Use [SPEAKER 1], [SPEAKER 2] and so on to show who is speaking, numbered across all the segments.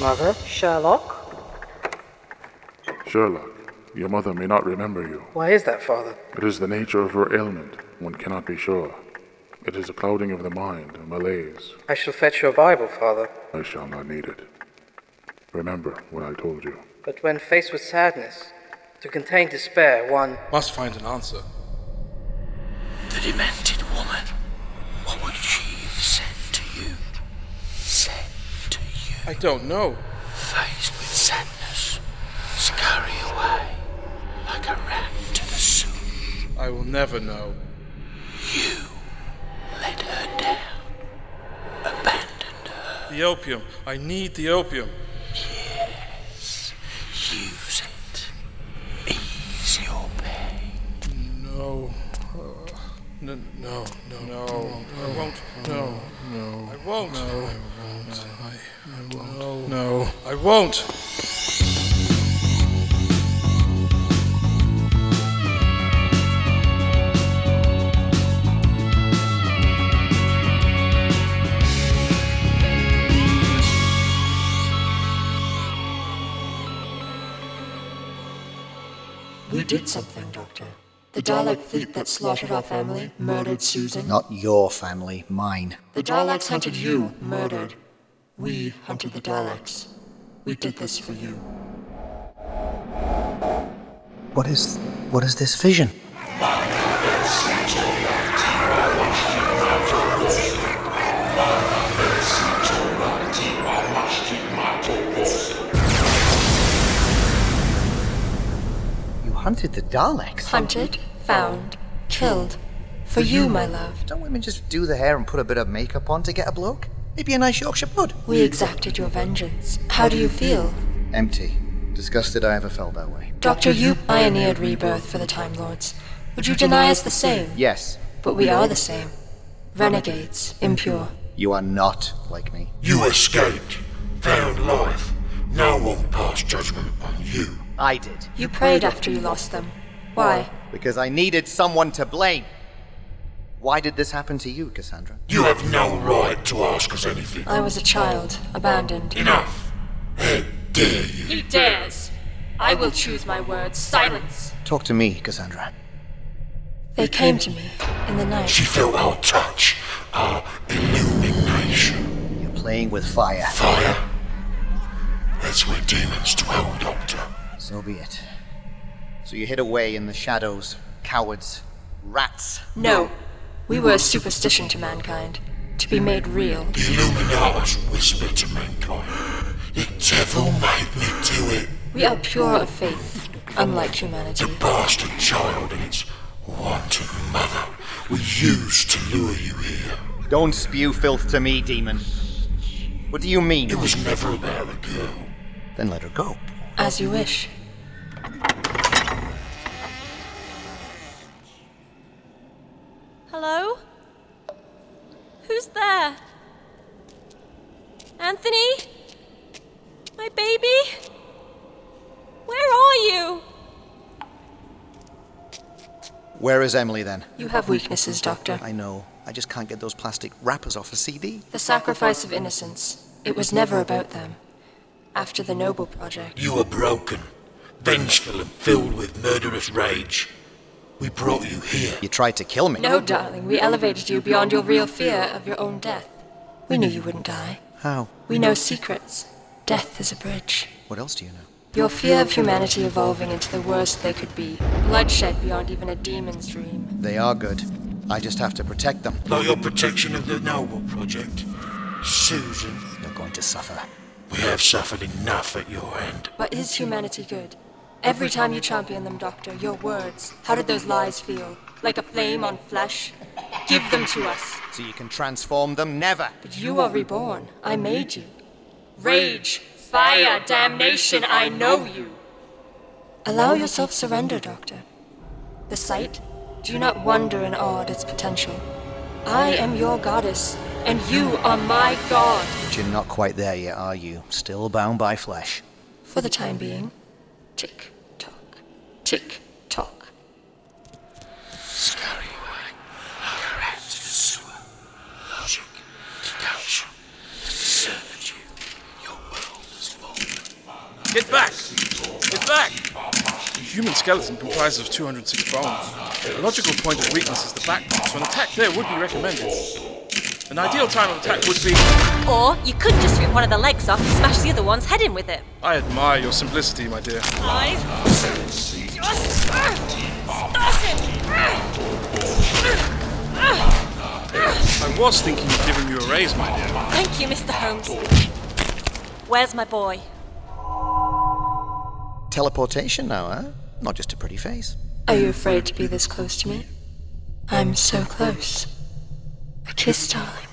[SPEAKER 1] Mother, Sherlock.
[SPEAKER 2] Sherlock, your mother may not remember you.
[SPEAKER 1] Why is that, Father?
[SPEAKER 2] It is the nature of her ailment, one cannot be sure. It is a clouding of the mind, a malaise.
[SPEAKER 1] I shall fetch your Bible, Father.
[SPEAKER 2] I shall not need it. Remember what I told you.
[SPEAKER 1] But when faced with sadness, to contain despair, one.
[SPEAKER 3] Must find an answer.
[SPEAKER 4] The demented woman. What would she have said to you? Said to you.
[SPEAKER 3] I don't know.
[SPEAKER 4] Faced with sadness, scurry away like a rat to the sewer.
[SPEAKER 3] I will never know.
[SPEAKER 4] You let her down, abandoned her.
[SPEAKER 3] The opium. I need the opium.
[SPEAKER 4] Use it. Ease your pain.
[SPEAKER 3] No. No, no, no, no, I won't. No, no, I won't. No, I won't. I, won't. No, I won't.
[SPEAKER 5] We did something, Doctor. The Dalek fleet that slaughtered our family, murdered Susan.
[SPEAKER 6] Not your family, mine.
[SPEAKER 5] The Daleks hunted you, murdered. We hunted the Daleks. We did this for you.
[SPEAKER 6] What is. what is this vision? You hunted the Daleks?
[SPEAKER 5] Hunted, found, killed. For you, my love.
[SPEAKER 6] Don't women just do the hair and put a bit of makeup on to get a bloke? Maybe a nice Yorkshire blood.
[SPEAKER 5] We exacted your vengeance. How do you feel?
[SPEAKER 6] Empty. Disgusted I ever felt that way.
[SPEAKER 5] Doctor, you pioneered rebirth for the Time Lords. Would you deny us the same?
[SPEAKER 6] Yes,
[SPEAKER 5] But we are the same. Renegades, impure.
[SPEAKER 6] you are not like me.
[SPEAKER 7] You escaped, found life. No one passed judgment on you.
[SPEAKER 6] I did.
[SPEAKER 5] You prayed after you lost them. Why?
[SPEAKER 6] Because I needed someone to blame. Why did this happen to you, Cassandra?
[SPEAKER 7] You have no right to ask us anything.
[SPEAKER 5] I was a child, abandoned.
[SPEAKER 7] Enough! How dare you!
[SPEAKER 8] He dares. I will choose my words. Silence.
[SPEAKER 6] Talk to me, Cassandra.
[SPEAKER 5] They came to me in the night.
[SPEAKER 7] She felt our touch, our illumination.
[SPEAKER 6] You're playing with fire.
[SPEAKER 7] Fire. That's where demons dwell, Doctor.
[SPEAKER 6] So be it. So you hid away in the shadows, cowards, rats.
[SPEAKER 5] No. We were a superstition to mankind. To be made real.
[SPEAKER 7] The Illuminatus whisper to mankind. The devil made me do it.
[SPEAKER 5] We are pure of faith, unlike humanity.
[SPEAKER 7] The bastard child and its wanted mother were used to lure you here.
[SPEAKER 6] Don't spew filth to me, demon. What do you mean?
[SPEAKER 7] It was never about a girl.
[SPEAKER 6] Then let her go.
[SPEAKER 5] As you wish.
[SPEAKER 8] Hello? Who's there? Anthony? My baby? Where are you?
[SPEAKER 6] Where is Emily then?
[SPEAKER 5] You have weaknesses, Doctor.
[SPEAKER 6] I know. I just can't get those plastic wrappers off a CD.
[SPEAKER 5] The sacrifice of innocence. It was never about them. After the Noble Project,
[SPEAKER 7] You were broken, vengeful and filled with murderous rage. We brought you here.
[SPEAKER 6] You tried to kill me.
[SPEAKER 5] No, darling, we elevated you beyond your real fear of your own death. We knew you wouldn't die.
[SPEAKER 6] How?
[SPEAKER 5] We know secrets. Death is a bridge.
[SPEAKER 6] What else do you know?
[SPEAKER 5] Your fear of humanity evolving into the worst they could be. Bloodshed beyond even a demon's dream.
[SPEAKER 6] They are good. I just have to protect them.
[SPEAKER 7] By your protection of the Noble Project, Susan,
[SPEAKER 6] You're going to suffer.
[SPEAKER 7] we have suffered enough at your hand.
[SPEAKER 5] But is humanity good? Every time you champion them, Doctor, your words, how did those lies feel? Like a flame on flesh? Give them to us.
[SPEAKER 6] So you can transform them? Never!
[SPEAKER 5] But you are reborn. I made you.
[SPEAKER 8] Rage, fire, damnation, I know you.
[SPEAKER 5] Allow yourself surrender, Doctor. The sight? Do not wonder and awe at its potential. I am your goddess, and you are my god.
[SPEAKER 6] But you're not quite there yet, are you? Still bound by flesh.
[SPEAKER 5] For the time being. Tick tock, tick tock.
[SPEAKER 4] Scurry away like a rat to the sewer. Logic, deduction, that deserted you. Your world is
[SPEAKER 3] human skeleton comprises of 206 bones. A logical point of weakness is the backbone, so an attack there would be recommended. An ideal time of attack would be.
[SPEAKER 9] Or you could just rip one of the legs off and smash the other one's head in with it.
[SPEAKER 3] I admire your simplicity, my dear.
[SPEAKER 9] Live. Just
[SPEAKER 3] I was thinking of giving you a raise, my dear.
[SPEAKER 9] Thank you, Mr. Holmes. Where's my boy?
[SPEAKER 6] Teleportation now, huh? Not just a pretty face.
[SPEAKER 5] Are you afraid to be this close to me? I'm so close. A kiss, darling.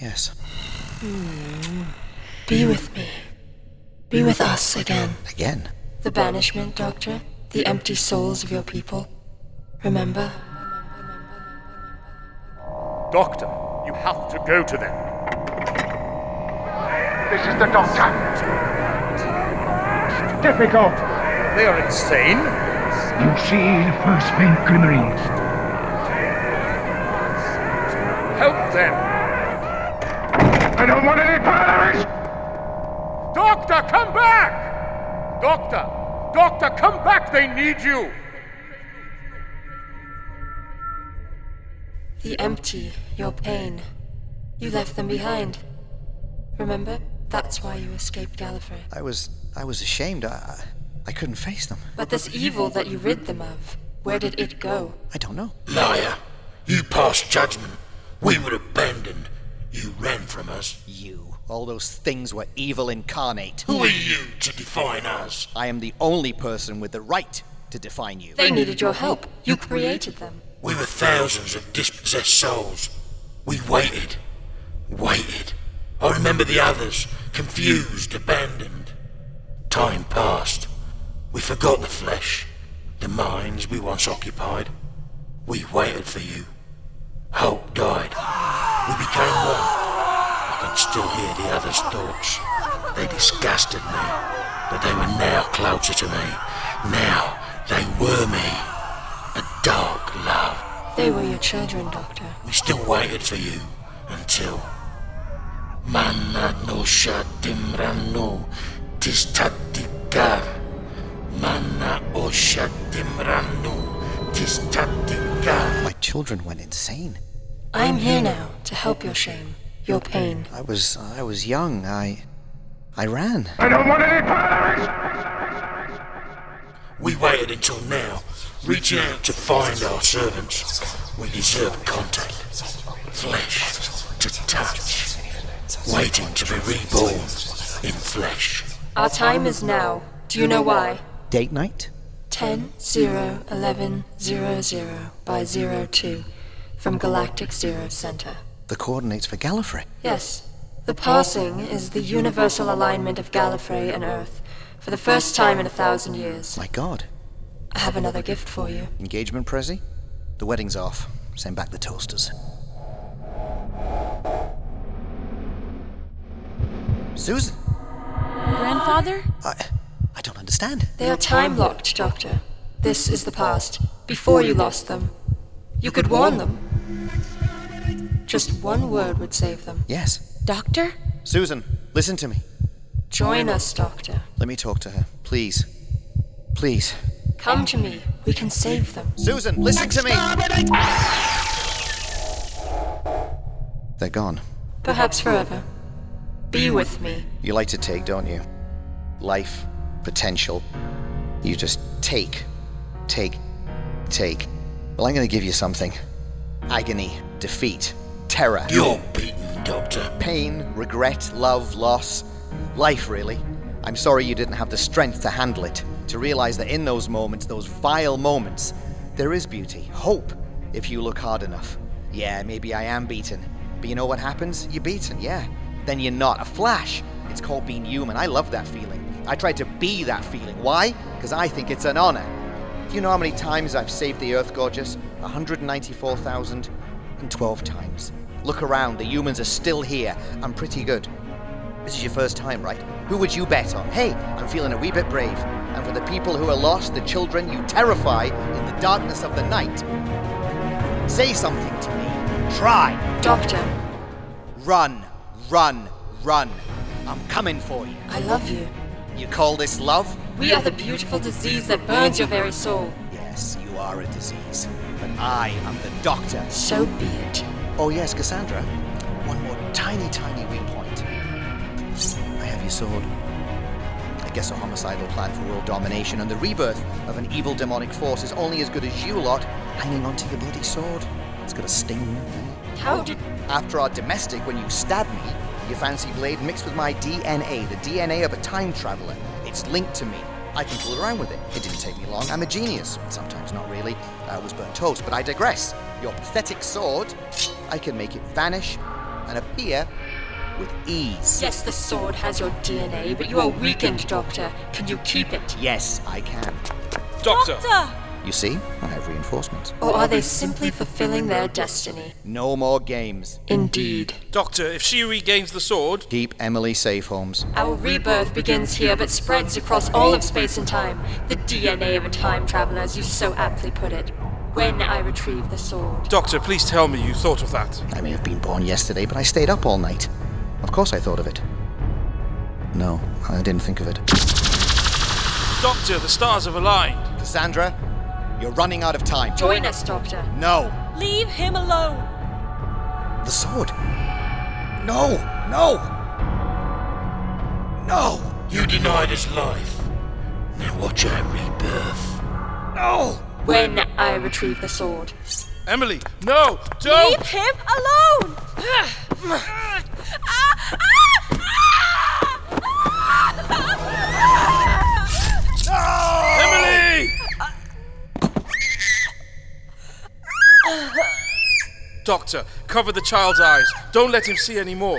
[SPEAKER 6] Yes.
[SPEAKER 5] Be with me. Be with us again.
[SPEAKER 6] Again.
[SPEAKER 5] The banishment, Doctor. The empty souls of your people. Remember?
[SPEAKER 10] Doctor, you have to go to them.
[SPEAKER 11] This is the doctor. Difficult.
[SPEAKER 10] They are insane.
[SPEAKER 11] You see the first faint glimmerings.
[SPEAKER 10] Help them.
[SPEAKER 11] I don't want any further.
[SPEAKER 10] Doctor, come back! Doctor! Doctor, come back! They need you!
[SPEAKER 5] The empty, your pain. You left them behind. Remember? That's why you escaped Gallifrey.
[SPEAKER 6] I was. I was ashamed. I, I, I couldn't face them.
[SPEAKER 5] But this evil that you rid them of, where did it go?
[SPEAKER 6] I don't know.
[SPEAKER 7] Liar! You passed judgment. We were abandoned. You ran from us.
[SPEAKER 6] You. All those things were evil incarnate.
[SPEAKER 7] Who are you to define us?
[SPEAKER 6] I am the only person with the right to define you.
[SPEAKER 5] They needed your help. You created them.
[SPEAKER 7] We were thousands of dispossessed souls. We waited. Waited. I remember the others, confused, abandoned. Time passed. We forgot the flesh, the minds we once occupied. We waited for you. Hope died. We became one. I can still hear the others' thoughts. They disgusted me, but they were now closer to me. Now they were me. A dark love.
[SPEAKER 5] They were your children, Doctor.
[SPEAKER 7] We still waited for you until. Manano shatimrano tistatikar. Mana oshatimrano tistatikar.
[SPEAKER 6] My children went insane.
[SPEAKER 5] I'm here now to help your shame, your pain.
[SPEAKER 6] I was. I was young. I. I ran.
[SPEAKER 11] I don't want any further.
[SPEAKER 7] We waited until now, reaching out to find our servants. We deserve contact, flesh to touch, waiting to be reborn in flesh.
[SPEAKER 5] Our time is now. Do you know why?
[SPEAKER 6] Date night?
[SPEAKER 5] 10 0 11 0 0 by 0 2 from Galactic Zero Center.
[SPEAKER 6] The coordinates for Gallifrey.
[SPEAKER 5] Yes, the passing is the universal alignment of Gallifrey and Earth for the first time in a thousand years.
[SPEAKER 6] My God.
[SPEAKER 5] I have another gift for you.
[SPEAKER 6] Engagement, Prezi? The wedding's off. Send back the toasters. Susan,
[SPEAKER 9] Grandfather?
[SPEAKER 6] I, I don't understand.
[SPEAKER 5] They are time locked, Doctor. This is the past, before you lost them. You could warn them. Just one word would save them.
[SPEAKER 6] Yes.
[SPEAKER 9] Doctor?
[SPEAKER 6] Susan, listen to me.
[SPEAKER 5] Join us, Doctor.
[SPEAKER 6] Let me talk to her. Please. Please.
[SPEAKER 5] Come to me. We can save them.
[SPEAKER 6] Susan, listen to me! They're gone.
[SPEAKER 5] Perhaps forever. Be with me.
[SPEAKER 6] You like to take, don't you? Life, potential. You just take, take, take. Well, I'm going to give you something agony, defeat, terror,
[SPEAKER 7] You're beaten, Doctor.
[SPEAKER 6] pain, regret, love, loss. Life, really. I'm sorry you didn't have the strength to handle it, to realize that in those moments, those vile moments, there is beauty, hope, if you look hard enough. Yeah, maybe I am beaten. But you know what happens? You're beaten, yeah. Then you're not. A flash. It's called being human. I love that feeling. I try to be that feeling. Why? Because I think it's an honor. Do you know how many times I've saved the Earth, Gorgeous? 194,012 times. Look around, the humans are still here. I'm pretty good. This is your first time, right? Who would you bet on? Hey, I'm feeling a wee bit brave. And for the people who are lost, the children you terrify in the darkness of the night, say something to me. Try.
[SPEAKER 5] Doctor,
[SPEAKER 6] Run, run, run. I'm coming for you.
[SPEAKER 5] I love you.
[SPEAKER 6] You call this love?
[SPEAKER 5] We are the beautiful disease that burns your very soul.
[SPEAKER 6] Yes, you are a disease. But I am the doctor.
[SPEAKER 5] So be it.
[SPEAKER 6] Oh, yes, Cassandra. One more tiny, tiny weak point. I have your sword. I guess a homicidal plan for world domination and the rebirth of an evil demonic force is only as good as you lot hanging onto your bloody sword. It's got a sting.
[SPEAKER 5] How did.
[SPEAKER 6] Oh. After our domestic, when you stabbed me, your fancy blade mixed with my DNA, the DNA of a time traveler. It's linked to me. I can fool around with it. It didn't take me long. I'm a genius. Sometimes not really. I was burnt toast, but I digress. Your pathetic sword, I can make it vanish and appear with ease.
[SPEAKER 5] Yes, the sword has your DNA, but you are weakened, Doctor. Can you keep it?
[SPEAKER 6] Yes, I can.
[SPEAKER 3] Doctor!
[SPEAKER 9] Doctor!
[SPEAKER 6] You see, I have reinforcements.
[SPEAKER 5] Or are they simply fulfilling their destiny?
[SPEAKER 6] No more games.
[SPEAKER 5] Indeed.
[SPEAKER 3] Doctor, if she regains the sword.
[SPEAKER 6] Keep Emily safe, Holmes.
[SPEAKER 5] Our rebirth begins here but spreads across all of space and time. The DNA of a time traveler, as you so aptly put it. When I retrieve the sword.
[SPEAKER 3] Doctor, please tell me you thought of that.
[SPEAKER 6] I may have been born yesterday, but I stayed up all night. Of course I thought of it. No, I didn't think of it.
[SPEAKER 3] Doctor, the stars have aligned.
[SPEAKER 6] Cassandra, you're running out of time.
[SPEAKER 5] Join us, Doctor.
[SPEAKER 6] No.
[SPEAKER 9] Leave him alone.
[SPEAKER 6] The sword. No, no. No.
[SPEAKER 7] You denied us life. Now watch our rebirth.
[SPEAKER 6] No.
[SPEAKER 5] When I retrieve the sword.
[SPEAKER 3] Emily, no, don't.
[SPEAKER 9] Leave him alone. Ah, Ah!
[SPEAKER 6] No!
[SPEAKER 3] Emily! Doctor, cover the child's eyes. Don't let him see any more.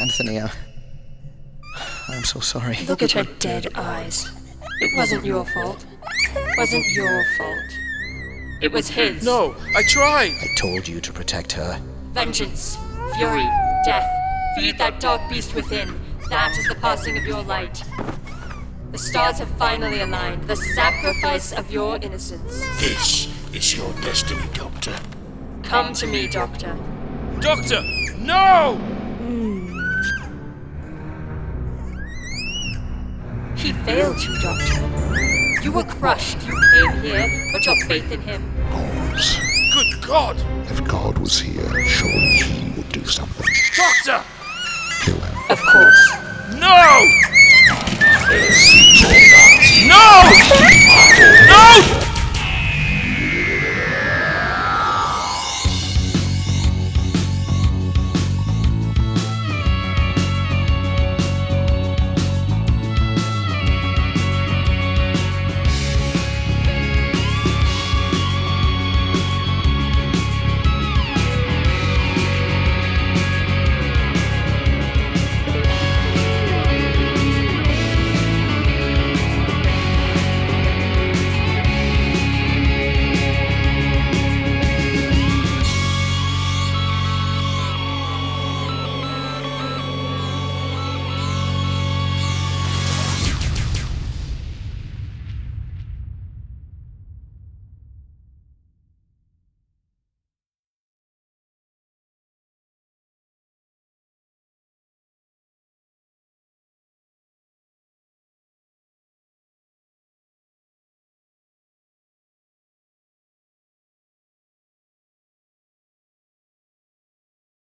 [SPEAKER 6] Anthony, I... I'm so sorry.
[SPEAKER 5] Look at her dead eyes. It wasn't your fault. Wasn't your fault. It was his.
[SPEAKER 3] No, I tried.
[SPEAKER 6] I told you to protect her.
[SPEAKER 5] Vengeance, fury, death. Feed that dark beast within. That is the passing of your light. The stars have finally aligned. The sacrifice of your innocence.
[SPEAKER 7] This is your destiny, Doctor.
[SPEAKER 5] Come to me, Doctor.
[SPEAKER 3] Doctor, no!
[SPEAKER 5] He failed you, Doctor. You were crushed. You came here, put your faith in him.
[SPEAKER 12] Holmes,
[SPEAKER 3] Good God!
[SPEAKER 12] if God was here, surely he would do something.
[SPEAKER 3] Doctor!
[SPEAKER 12] Kill him.
[SPEAKER 5] Of course.
[SPEAKER 3] No! No! No!